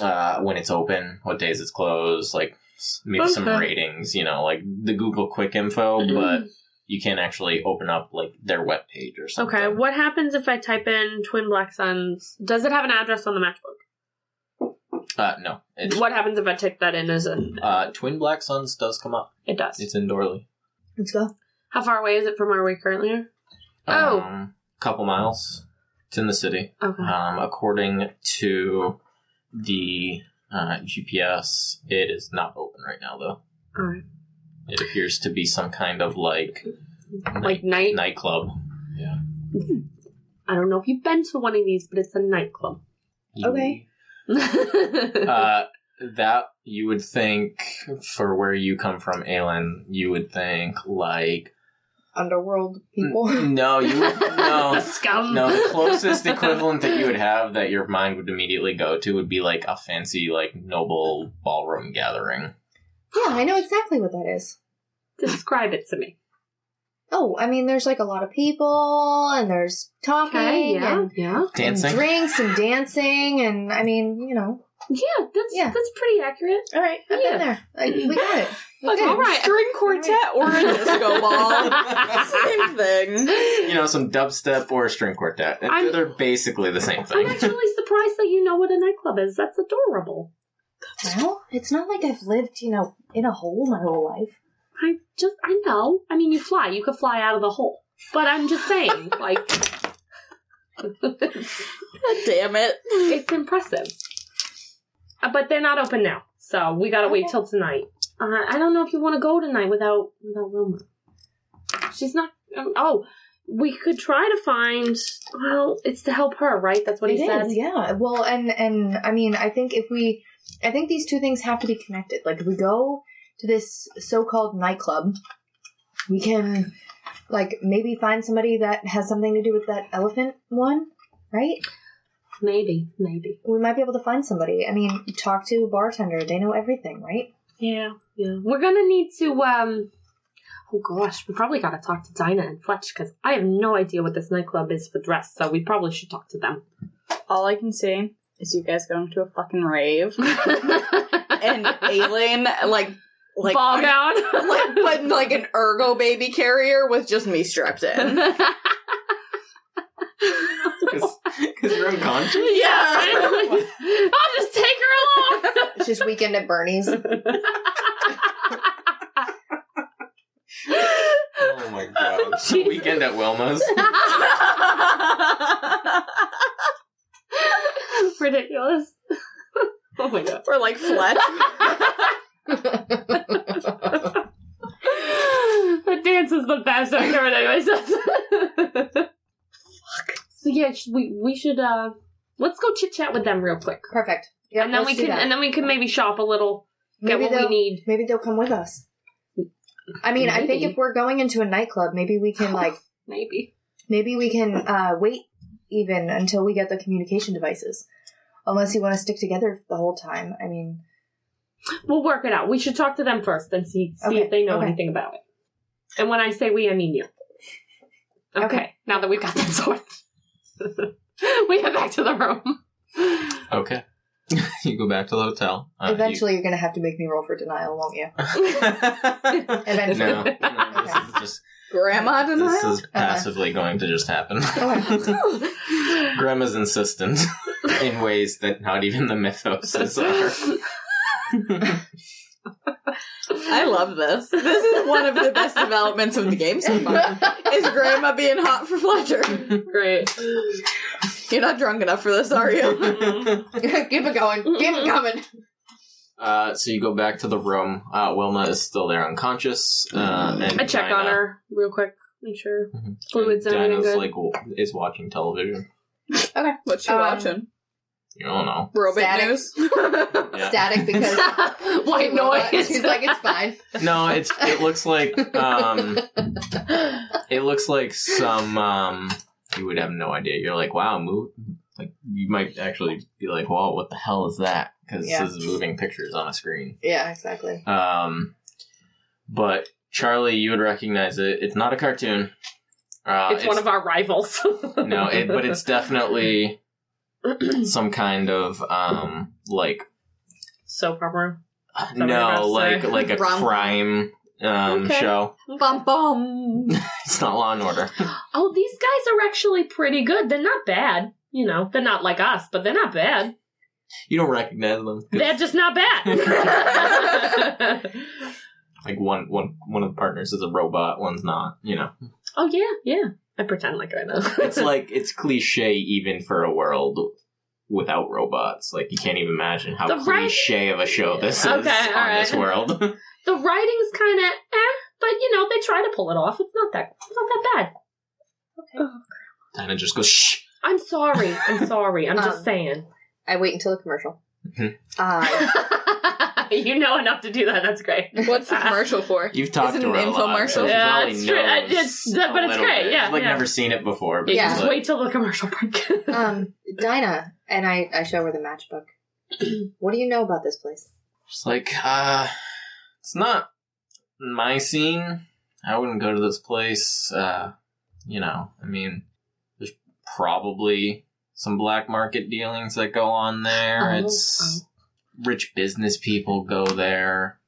uh, when it's open, what days it's closed, like s- maybe some
Okay.
ratings. You know, like the Google Quick Info,
Mhm.
but you can't actually open up like their web page or something.
Okay. What happens if I type in Twin Black Suns? Does it have an address on the matchbook?
Uh, no, it's,
What happens if I type that in as a?
uh, Twin Black Suns does come up.
It does.
It's in Dorley.
Let's go.
How far away is it from where we currently are? Oh.
Um, couple miles. It's in the city.
Okay.
Um, according to the uh, GPS, it is not open right now, though.
All right.
It appears to be some kind of like
Like
night,
night.
nightclub.
I don't know if you've been to one of these, but it's a nightclub.
Okay.
Uh, that you would think for where you come from, Aelin, you would think like
Underworld people.
no, oh, you would, no.
scum.
No, the closest equivalent that you would have that your mind would immediately go to would be like a fancy, like noble ballroom gathering.
yeah, I know exactly what that is.
Describe it to me.
Oh, I mean, there's like a lot of people, and there's talking,
Okay. Yeah.
and,
Yeah.
and
Dancing?
drinks, and dancing, and I mean, you know.
Yeah. That's
Yeah.
that's pretty accurate.
All right, I've
Yeah.
been there. Like, we got it. We
Like,
did it.
all right, string quartet or a disco ball. Same thing.
You know, some dubstep or string quartet. And
I'm-
They're basically the same
I'm
thing.
actually surprised that you know what a nightclub is. That's adorable.
Well, it's not like I've lived, you know, in a hole my whole life.
I just, I know. I mean, you fly. You could fly out of the hole. But I'm just saying, like,
Damn it.
it's impressive. Uh, But they're not open now, so we gotta wait
Okay.
till tonight. Uh, I don't know if you want to go tonight without without Wilma. She's not. Um, oh, we could try to find. Well, it's to help her, right? That's what
It
he
is,
said.
yeah. Well, and and I mean, I think if we, I think these two things have to be connected. Like, if we go to this so-called nightclub, we can, like, maybe find somebody that has something to do with that elephant one, right?
Maybe, maybe.
We might be able to find somebody. I mean, talk to a bartender; they know everything, right?
Yeah, yeah. We're gonna need to. um Oh gosh, we probably gotta talk to Dinah and Fletch because I have no idea what this nightclub is for dress. So we probably should talk to them.
All I can see is you guys going to a fucking rave. and Aileen, like, like,
ball gown.
like, but like an ergo baby carrier with just me strapped in.
Because you're unconscious?
yeah.
I'll just take her along.
It's just weekend at Bernie's.
Oh my god. It's a weekend at Wilma's.
Ridiculous. oh my god.
Or like Fletch.
the dance is the best I've heard anyway. So, so yeah, sh- we we should uh let's go chit chat with them real quick.
Perfect. Yeah,
and then
let's
we
do
can
that.
and then we can maybe shop a little, get what
Maybe
we
they'll-
need.
Maybe they'll come with us. I mean, I think
Maybe.
if we're going into a nightclub, maybe we can like
Maybe.
maybe we can uh, wait even until we get the communication devices. Unless you want to stick together the whole time. I mean,
We'll work it out. We should talk to them first and see see
Okay,
if they know
okay.
anything about it. And when I say we, I mean you. Okay,
Okay.
now that we've got that sorted, we head back to the room.
Okay. you go back to the hotel. Uh, you-
eventually you're going to have to make me roll for denial, won't you?
no,
Eventually.
no, this is just
Grandma
this
denial?
is passively going to just happen.
Okay.
Grandma's insistent in ways that not even the mythoses are.
I love this. This is one of the best developments of the game so far. Is Grandma being hot for Fletcher?
Great.
You're not drunk enough for this, are you?
Keep it going. Keep it coming.
Uh, so you go back to the room. Uh, Wilma is still there, unconscious. Uh, and
Mm-hmm. I check on
Dinah-
her real quick, make sure
Mhm.
fluids and everything
Dinah's
good.
like w- is watching television.
What you
Um,
watching?
You don't know.
Robot
static.
news?
Yeah.
Static because
White
she's a robot.
noise.
She's like, it's fine.
No, it's it looks like um, it looks like some um, you would have no idea. You're like, wow, move. Like you might actually be like, wow, what the hell is that? Because
Yeah.
this is moving pictures on a screen.
Yeah, exactly.
Um, but Charlie, you would recognize it. It's not a cartoon. Uh,
it's, one of our rivals.
no, it, but it's definitely some kind of um like
so proper. that what you're about
no
to
like
say?
like a
Rom-com.
crime um
Okay.
show.
bum bum.
It's not Law and Order.
Oh, these guys are actually pretty good. They're not bad. You know, they're not like us, but they're not bad.
You don't recognize them.
They're just not bad.
Like one one one of the partners is a robot, one's not. You know,
oh yeah, yeah. I pretend like I know.
it's like it's cliche even for a world without robots. Like you can't even imagine how
The right-
cliche of a show this is
Okay,
on this
alright.
world.
the writing's kind of eh, but you know they try to pull it off. It's not that. It's not that bad.
Dinah just goes shh.
I'm sorry. I'm sorry. I'm
Um,
just saying.
I wait until the commercial.
Mhm.
Uh,
you know enough to do that. That's great.
What's the commercial for?
You've talked
Is it
to her
an
a lot, so
infomercial?
she
Yeah,
probably
it's true. I-
knows
it's-
a
but it's
little
great,
bit.
yeah,
She's, like
yeah.
never seen it before. But
Yeah,
she's
just
like,
wait till the commercial break.
um, Dinah, and I, I show her the matchbook. what do you know about this place?
She's like, uh, it's not my scene. I wouldn't go to this place. Uh, you know, I mean, there's probably some black market dealings that go on there.
Oh,
it's rich business people go there.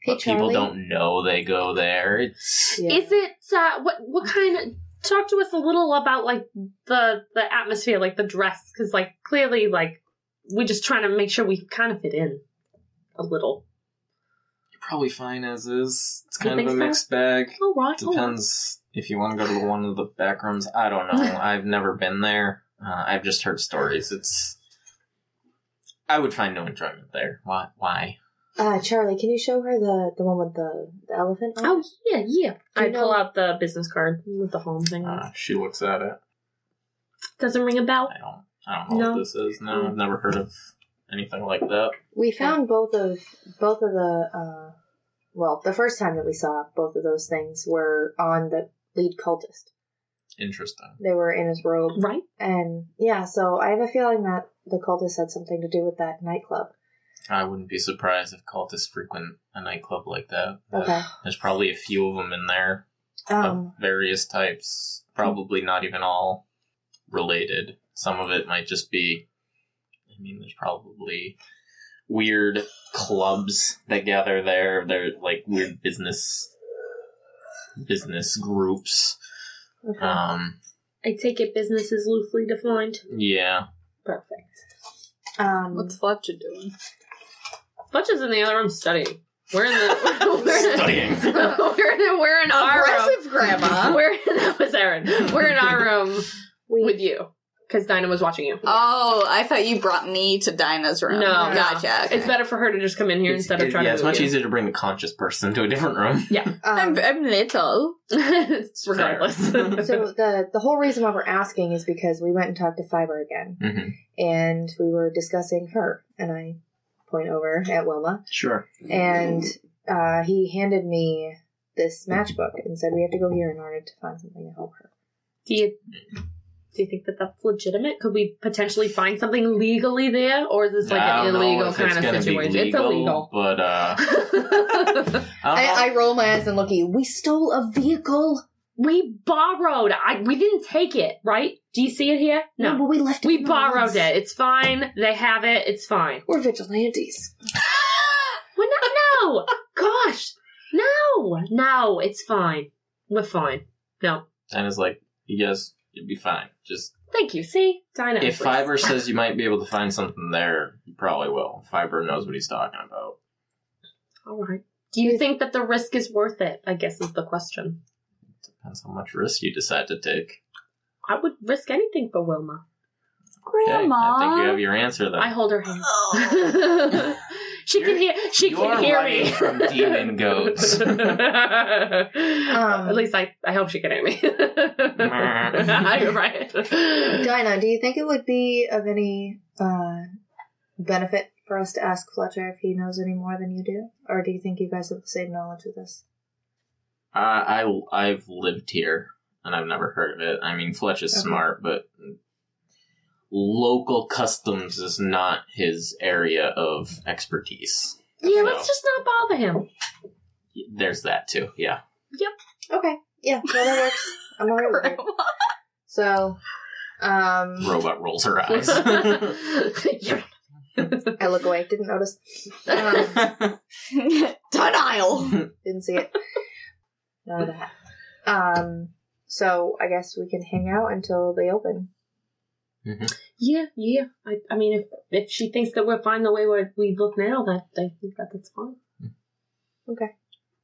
Hey,
but people
Charlie.
don't know they go there. It's
Yeah.
Is it uh, what? What kind of? Talk to us a little about like the the atmosphere, like the dress, because like clearly like we're just trying to make sure we kind of fit in a little.
probably fine as is. It's
You
kind of
think
a
so?
mixed bag.
All right. all right.
Depends if you want to go to one of the back rooms. I don't know. I've never been there. Uh, I've just heard stories. It's. I would find no enjoyment there. Why? Why?
Uh, Charlie, can you show her the, the one with the, the elephant on
Oh
it?
yeah, yeah.
Do you
I pull
know-
out the business card with the home thing. on it.
Uh, she looks at it.
Doesn't ring a bell.
I don't. I don't know
No.
what this is. No, I've never heard of anything like that.
We found both of both of the uh, well, the first time that we saw both of those things were on the lead cultist.
Interesting.
They were in his robe,
Right?
and yeah, so I have a feeling that the cultist had something to do with that nightclub.
I wouldn't be surprised if cultists frequent a nightclub like that. Uh,
Okay,
There's probably a few of them in there
Oh.
um,
of various types. Probably not even all related. Some of it might just be. I mean, there's probably weird clubs that gather there. They're like weird business business groups.
okay.
Um,
I take it business is loosely defined.
yeah.
Perfect.
um,
What's Fletcher doing?
Fletcher's in the other room studying. We're in the we're in,
Studying.
we're in, we're in our room.
Aggressive grandma.
We're that was Aaron. We're in our room
We,
with you because Dinah was watching you.
Oh, I thought you brought me to Dinah's room.
No, no.
gotcha. okay.
It's better for her to just come in here instead of
It-
trying
yeah,
to.
it's
move
much
you.
easier to bring the conscious person to a different room.
I'm,
Um,
I'm little.
It's regardless.
so the the whole reason why we're asking is because we went and talked to Fiber again,
Mm-hmm.
and we were discussing her, and I point over at Wilma,
Sure.
and
Mm-hmm.
uh, he handed me this matchbook and said we have to go here in order to find something to help her.
do you do you think that that's legitimate? Could we potentially find something legally there, or is this like
I
an
don't know
illegal
if
kind of
gonna be
situation?
legal, But uh,
it's illegal.
I,
I, I roll my eyes and look at you. We stole a vehicle.
we borrowed. I we didn't take it, right? Do you see it here? No.
but we left. it
We
in the
borrowed
woods.
it. It's fine. They have it. It's fine.
We're vigilantes.
Well, no, no. Gosh, no, no. It's fine. We're fine. No,
and it's like you guys, you'll be fine. Just
thank you. See, Dinah.
if
please.
Fiber says you might be able to find something there, you probably will. Fiber knows what he's talking about.
All right. Do you think that the risk is worth it? I guess is the question.
Depends how much risk you decide to take.
I would risk anything for Wilma.
Okay, I think
Grandma.
you have your answer then.
I hold her hand. she
You're-
can hear. She
you're
can hear
running
me
from demon goats.
At least I, I hope she can hear me. I, right.
Dinah, do you think it would be of any uh, benefit for us to ask Fletcher if he knows any more than you do? Or do you think you guys have the same knowledge of this?
I, I have lived here and I've never heard of it. I mean, Fletch is
Okay.
smart, but local customs is not his area of expertise.
Yeah, let's just not bother him.
There's that too. Yeah.
Okay. Yeah, no, that works. I'm alright with it. So, um,
Robot rolls her eyes.
Yeah.
I look away. Didn't notice. Um,
Denial.
didn't see it. None of that. Um, so I guess we can hang out until they open.
yeah, yeah. I, I mean, if if she thinks that we're fine the way we we look now, that I think that that's fine.
Okay.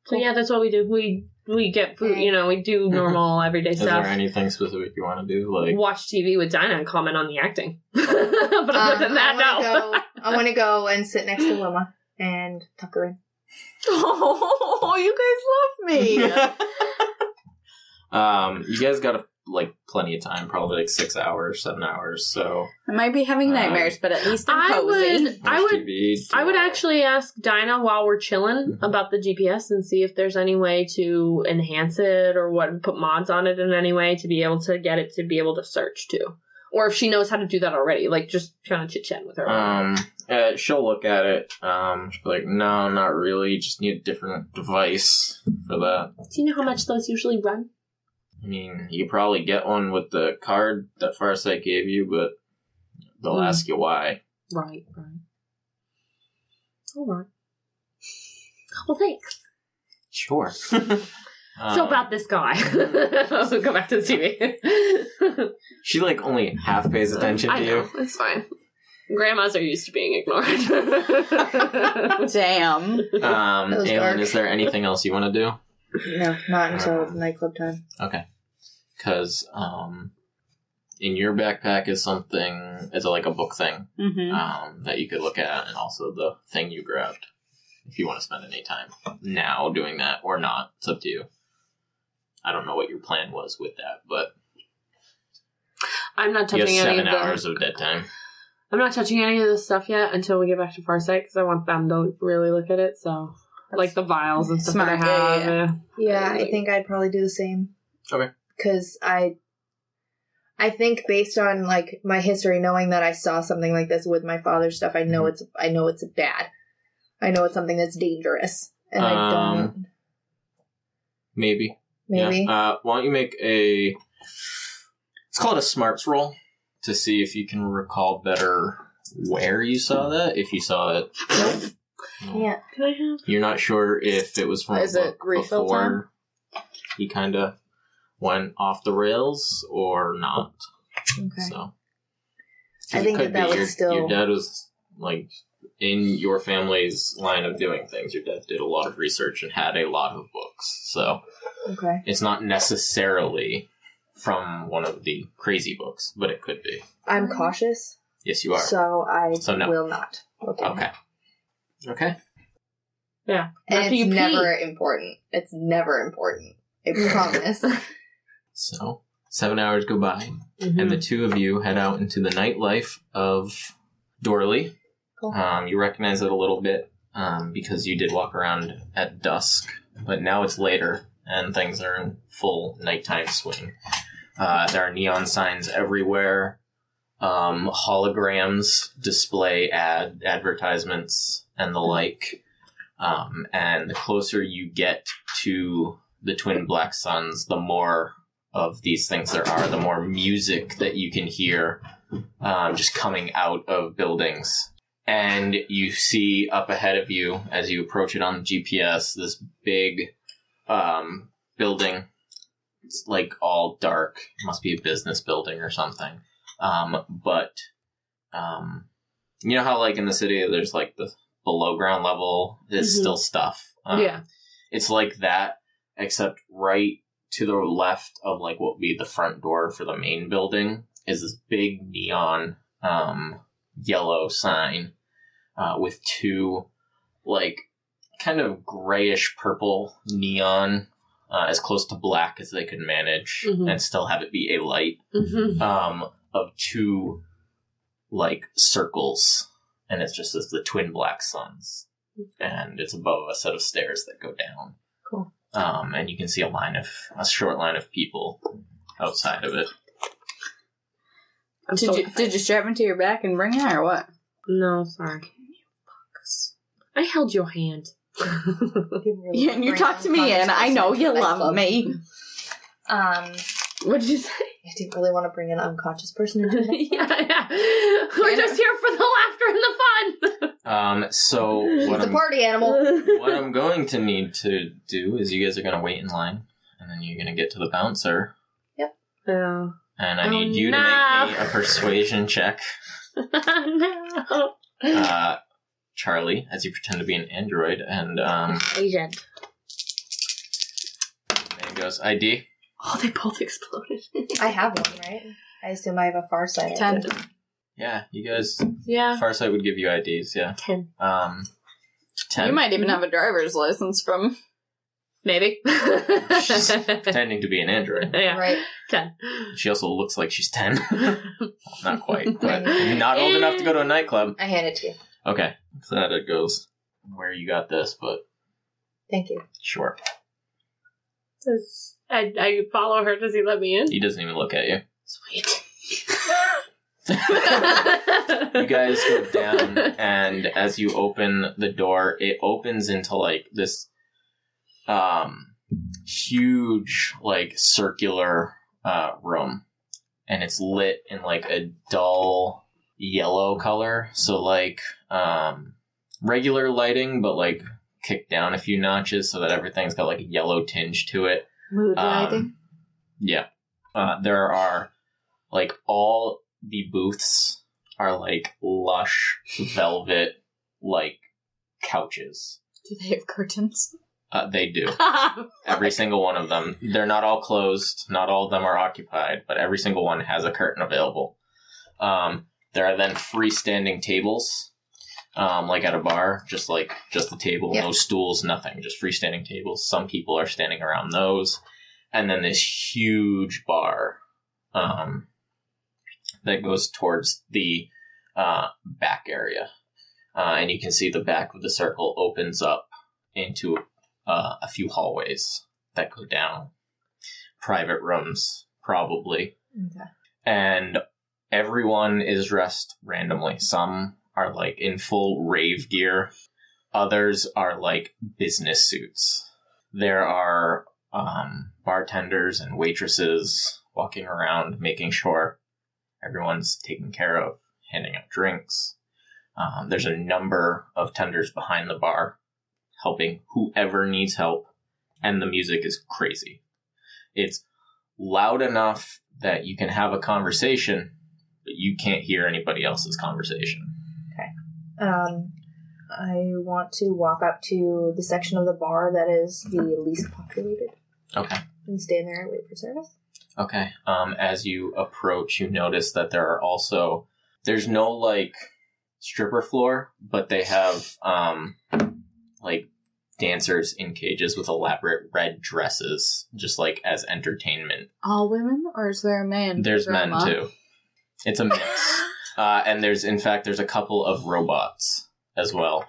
So yeah, that's what we do. We we get food. You know, we do normal everyday
Mm-hmm. Is there
stuff.
anything specific you want to do? Like,
Watch TV with Dinah and comment on the acting. but other than
Um,
that,
I wanna
no.
Go, I want to go and sit next to Wilma and tuck her in.
Oh, you guys love me.
um, you guys got like plenty of time, probably like six hours, seven hours. So
I might be having nightmares, but at least I'm
I
cozy.
would, I
watch
would,
TV,
I would actually ask Dinah while we're chilling
Mhm.
about the GPS and see if there's any way to enhance it or what, put mods on it in any way to be able to get it to be able to search to, or if she knows how to do that already. Like just kind of chit chat with her.
Um, uh, she'll look at it. Um, she'll be like, no, not really. Just need a different device for that.
do you know how much those usually run?
I mean, you could probably get one with the card that Farsight gave you, but they'll
Mm.
ask you why.
Right, right. All right. Well, thanks.
Sure. Uh, Um,
so about this guy. We'll go back to the TV.
She like only half pays attention
I
to
know.
you.
It's fine. Grandmas are used to being ignored.
Damn.
Um,
That was
Aylin,
dark.
is there anything else you want to do?
No, not until nightclub time.
Because um, in your backpack is something, is like a book thing
Mm-hmm.
um, that you could look at, and also the thing you grabbed. If you want to spend any time now doing that or not, it's up to you. I don't know what your plan was with that, but
I'm not
you have
touching any of
seven
the.
hours of dead time.
I'm not touching any of this stuff yet until we get back to Farsight because I want them to really look at it. So, like the vials and stuff
Smart,
that I have.
yeah,
Yeah, I
Like-
think I'd probably do the same.
Okay.
Because I, I think based on like my history, knowing that I saw something like this with my father's stuff, I know
Mhm.
it's I know it's bad. I know it's something that's dangerous, and I don't.
Um, Maybe.
Maybe
Yeah. Uh, why don't you make a? It's called a smarts roll to see if you can recall better where you saw that. If you saw it,
yeah.
Can I have?
you're not sure if it was from
Is
a
it
book
refill
before
time?
he kind of went off the rails or not.
Okay.
So
I think that that was
your,
still-
your dad was like in your family's line of doing things. Your dad did a lot of research and had a lot of books, so
Okay.
it's not necessarily from one of the crazy books, but it could be.
I'm cautious,
Yes, you are.
so I
So no.
will not. look at
okay. Okay.
And
After
it's
you pee.
never important. It's never important. I promise.
So seven hours go by,
Mm-hmm.
and the two of you head out into the nightlife of Dorley.
Cool.
Um, you recognize it a little bit um, because you did walk around at dusk, but now it's later and things are in full nighttime swing. Uh, there are neon signs everywhere. Um, holograms display ad advertisements and the like. Um, and the closer you get to the twin black suns, the more of these things there are, the more music that you can hear um, just coming out of buildings. And you see up ahead of you, as you approach it on GPS, this big um, building. It's like all dark. It must be a business building or something. Um, but um, you know how, like in the city, there's like the below ground level is
Mhm.
still stuff. Um,
Yeah.
it's like that, except right to the left of like what would be the front door for the main building is this big neon um, yellow sign uh, with two like kind of grayish purple neon uh, as close to black as they could manage
Mhm.
and still have it be a light
Mm-hmm.
um, of two like circles, and it's just as the twin black suns, and it's above a set of stairs that go down.
Cool.
Um, and you can see a line of a short line of people outside of it.
I'm
Did
so
you, did you strap him to your back and bring it, or what?
No, sorry. I held your hand.
Yeah, and you talk to me, and I know you love me.
Um,
What did you say?
I didn't really want to bring an unconscious person into it.
yeah, yeah. We're just here for the laughter and the fun.
Um, so what
It's a
I'm,
party animal.
what I'm going to need to do is you guys are going to wait in line, and then you're going to get to the bouncer,
Oh.
and I
Oh,
need you to make me a
no.
persuasion check.
no.
Uh, Charlie, as you pretend to be an android, and um,
Agent.
and goes ID.
Oh, they both exploded.
I have one, right? I assume I have a far sight.
Ten.
Yeah, you guys.
yeah.
Farsight would give you IDs. Yeah.
Ten.
Um, ten.
You might even have a driver's license from.
Maybe.
pretending to be an android.
yeah.
Right.
Ten.
She also looks like she's ten. not quite, but
Right.
not old enough to go to a nightclub.
I hand it to you.
Okay, so that it goes. Where you got this, but
Thank you.
sure.
Does I, I follow her? Does he let me in?
He doesn't even look at you.
Sweet.
You guys go down, and as you open the door, it opens into like this um huge like circular uh room and it's lit in like a dull yellow color so like um regular lighting but like kicked down a few notches so that everything's got like a yellow tinge to it
Mood
um, Yeah. Uh, there are like all the booths are like lush velvet like couches.
Do they have curtains?
Uh, they do. Every single one of them. They're not all closed. Not all of them are occupied, but every single one has a curtain available. Um, there are then freestanding tables, um, like at a bar, just like just the table,
Yeah.
no stools, nothing, just freestanding tables. Some people are standing around those, and then this huge bar um, that goes towards the uh, back area, uh, and you can see the back of the circle opens up into uh, a few hallways that go down, private rooms probably
Okay.
and everyone is dressed randomly. Some are like in full rave gear, others are like business suits. There are um, bartenders and waitresses walking around making sure everyone's taken care of, handing out drinks. Um, there's a number of tenders behind the bar helping whoever needs help, and the music is crazy. It's loud enough that you can have a conversation, but you can't hear anybody else's conversation.
Um, I want to walk up to the section of the bar that is the least populated
Okay.
and stand there and wait for service.
Okay. Um, as you approach, you notice that there are also there's no like stripper floor, but they have um like dancers in cages with elaborate red dresses, just like as entertainment.
All women, or is there a man?
There's
Grandma?
men too. It's a mix, uh, and there's in fact there's a couple of robots as well.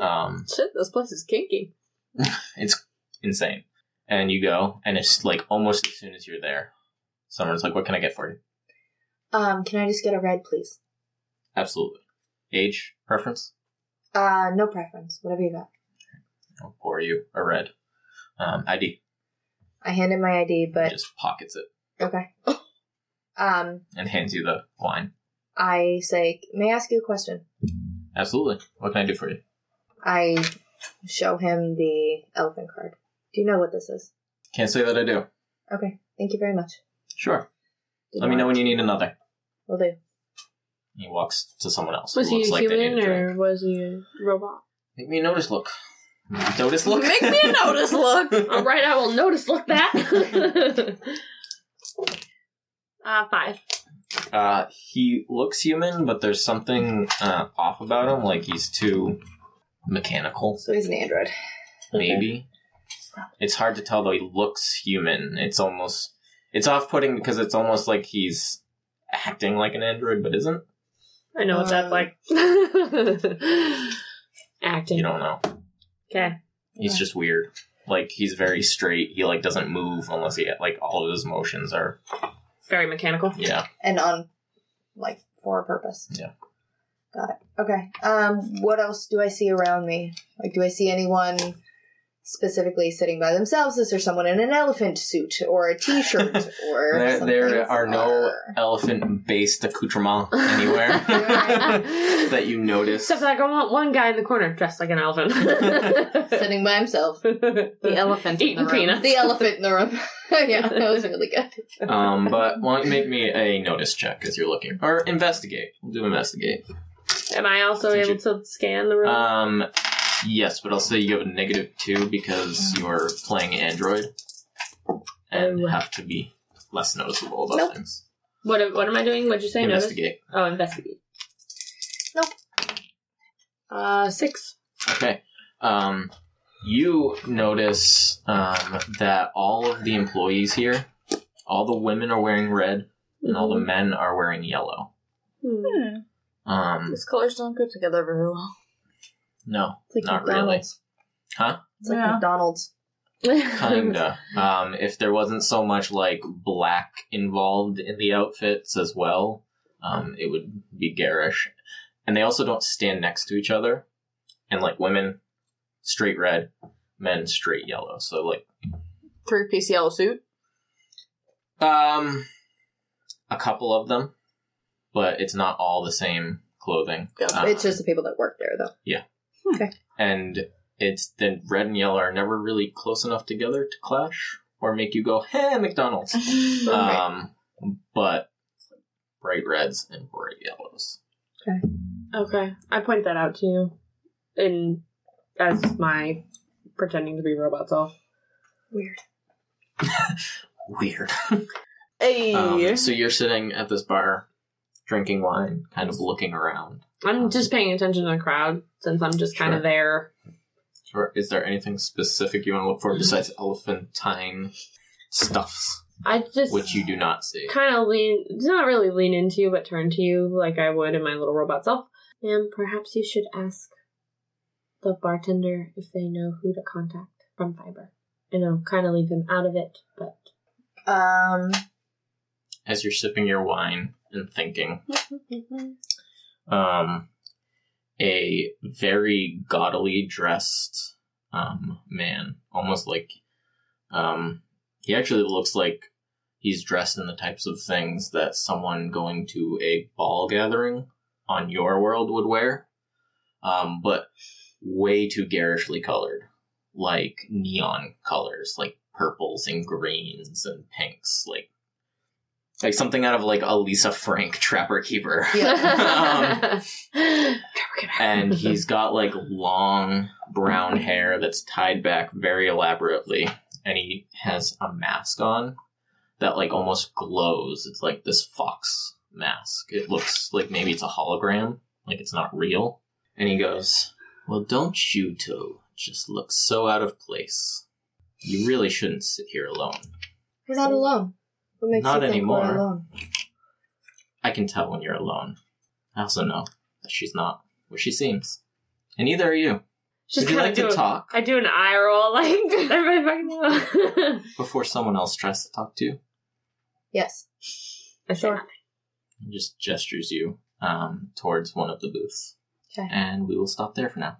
Um,
Shit, this place is kinky.
it's insane. And you go, and it's like almost as soon as you're there, someone's like, "What can I get for you?"
Um, can I just get a red, please?
Absolutely. Age preference?
Uh, no preference. Whatever you got.
I'll pour you a red. Um, ID.
I hand him my ID,
He
but
just pockets it
okay. um,
and hands you the wine.
I say, may I ask you a question?
Absolutely. What can I do for you?
I show him the elephant card. Do you know what this is?
Can't say that I do.
Okay, thank you very much.
Sure. Let me know when you need another.
Will do.
He walks to someone else. who
Was he
looks
a
like they need
human
a drink.
or was he a robot?
Make me a notice look. Notice look?
Make me a notice look.
All right, I will notice. Look that. uh, five.
Uh, he looks human, but there's something uh, off about him. Like he's too mechanical,
So he's an android.
maybe. It's hard to tell though. He looks human. It's almost it's off putting because it's almost like he's acting like an android, but isn't.
I know what that's
Um,
like. Acting.
You don't know.
okay.
He's
Okay.
just weird. Like he's very straight. He like doesn't move unless he like all of his motions are
Very mechanical.
yeah.
And on, like, for a purpose.
Yeah.
Got it. Okay. Um, what else do I see around me? Like, do I see anyone specifically sitting by themselves? Is there someone in an elephant suit or a T-shirt or
There,
something?
there are no
Or-
elephant based accoutrements anywhere that you notice.
Except that I want one guy in the corner dressed like an elephant.
sitting by himself.
The elephant in
Eating
the room.
peanuts.
The elephant in the room. yeah, that was really good.
Um, but why don't you make me a notice check as you're looking, or investigate? We'll do investigate.
Am I also
Did
able
you-
to scan the room?
Um, yes, but I'll say you have a negative two because you're playing Android and
Oh.
have to be less noticeable about
Nope.
things.
what, am- what am I doing? What'd you say? Notice?
investigate.
Oh, investigate.
Nope.
Uh, six.
Okay. Um, you notice um, that all of the employees here, all the women are wearing red, and all the
Mm-hmm.
men are wearing yellow.
Hmm.
Hmm.
Um,
These colors don't go together very well.
no,
It's like
not really.
McDonald's.
Huh?
It's like
Yeah.
McDonald's.
Kinda. um, if there wasn't so much like black involved in the outfits as well, um, it would be garish. And they also don't stand next to each other. And like women, straight red, men straight yellow. So like
Three piece yellow suit.
Um, a couple of them, but it's not all the same clothing.
Gotcha.
Uh,
it's just the people that work there, though.
and it's the red and yellow are never really close enough together to clash or make you go, "Hey, McDonald's." Um, but bright reds and bright yellows.
Okay, I point that out to you, and as my pretending to be robot self.
Weird.
Weird.
Hey.
Um, so you're sitting at this bar, drinking wine, kind of looking around.
I'm just paying attention to the crowd since I'm just kind
Sure.
of there.
Or Is there anything specific you want to look for besides elephantine stuffs,
I just
which you do not see?
kind of lean, not really lean into you, but turn to you like I would in my little robot self. And perhaps you should ask the bartender if they know who to contact from Fiber. I know, kind of leave him out of it, but
Um,
as you're sipping your wine and thinking. Um, a very gaudily dressed um, man, almost like um, he actually looks like he's dressed in the types of things that someone going to a ball gathering on your world would wear, um, but way too garishly colored, like neon colors, like purples and greens and pinks, like Like something out of like a Lisa Frank Trapper Keeper.
Yeah.
Um, And he's got like long brown hair that's tied back very elaborately. And he has a mask on that like almost glows. It's like this fox mask. It looks like maybe it's a hologram, like it's not real. And he goes, Well, don't you two just look so out of place? You really shouldn't sit here alone.
We're not alone. What makes
Not
you think
anymore.
We're alone?
I can tell when you're alone. I also know that she's not what she seems. And neither are you.
Just
Would you
kinda
like to
do a-
talk
I do an eye roll, like, does everybody fucking know?
before someone else tries to talk to you?
Yes.
I say
Sure.
nothing.
And just gestures you um, towards one of the booths.
Okay.
And we will stop there for now.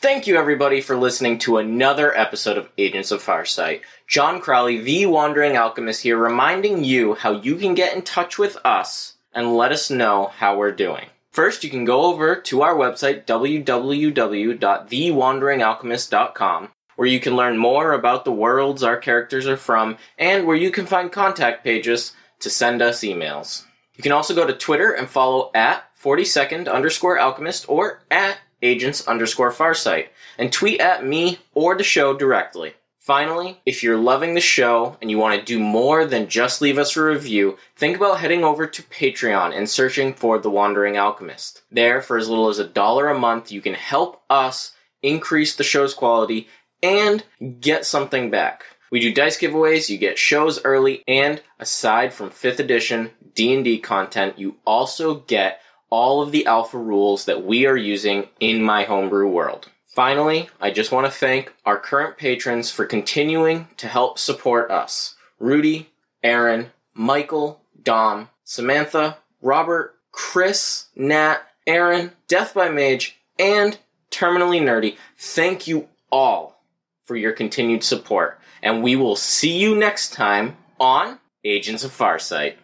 Thank you, everybody, for listening to another episode of Agents of Farsight. John Crowley, the Wandering Alchemist, here, reminding you how you can get in touch with us and let us know how we're doing. First, you can go over to our website, www.thewanderingalchemist.com, where you can learn more about the worlds our characters are from and where you can find contact pages to send us emails. You can also go to Twitter and follow at 42nd underscore alchemist or at agents underscore farsight and tweet at me or the show directly. Finally, if you're loving the show and you want to do more than just leave us a review, think about heading over to Patreon and searching for The Wandering Alchemist. There, for as little as a dollar a month, you can help us increase the show's quality and get something back. We do dice giveaways, you get shows early, and aside from 5th edition D&D content, you also get all of the alpha rules that we are using in my homebrew world. Finally, I just want to thank our current patrons for continuing to help support us. Rudy, Aaron, Michael, Dom, Samantha, Robert, Chris, Nat, Aaron, Death by Mage, and Terminally Nerdy. Thank you all for your continued support. And we will see you next time on Agents of Farsight.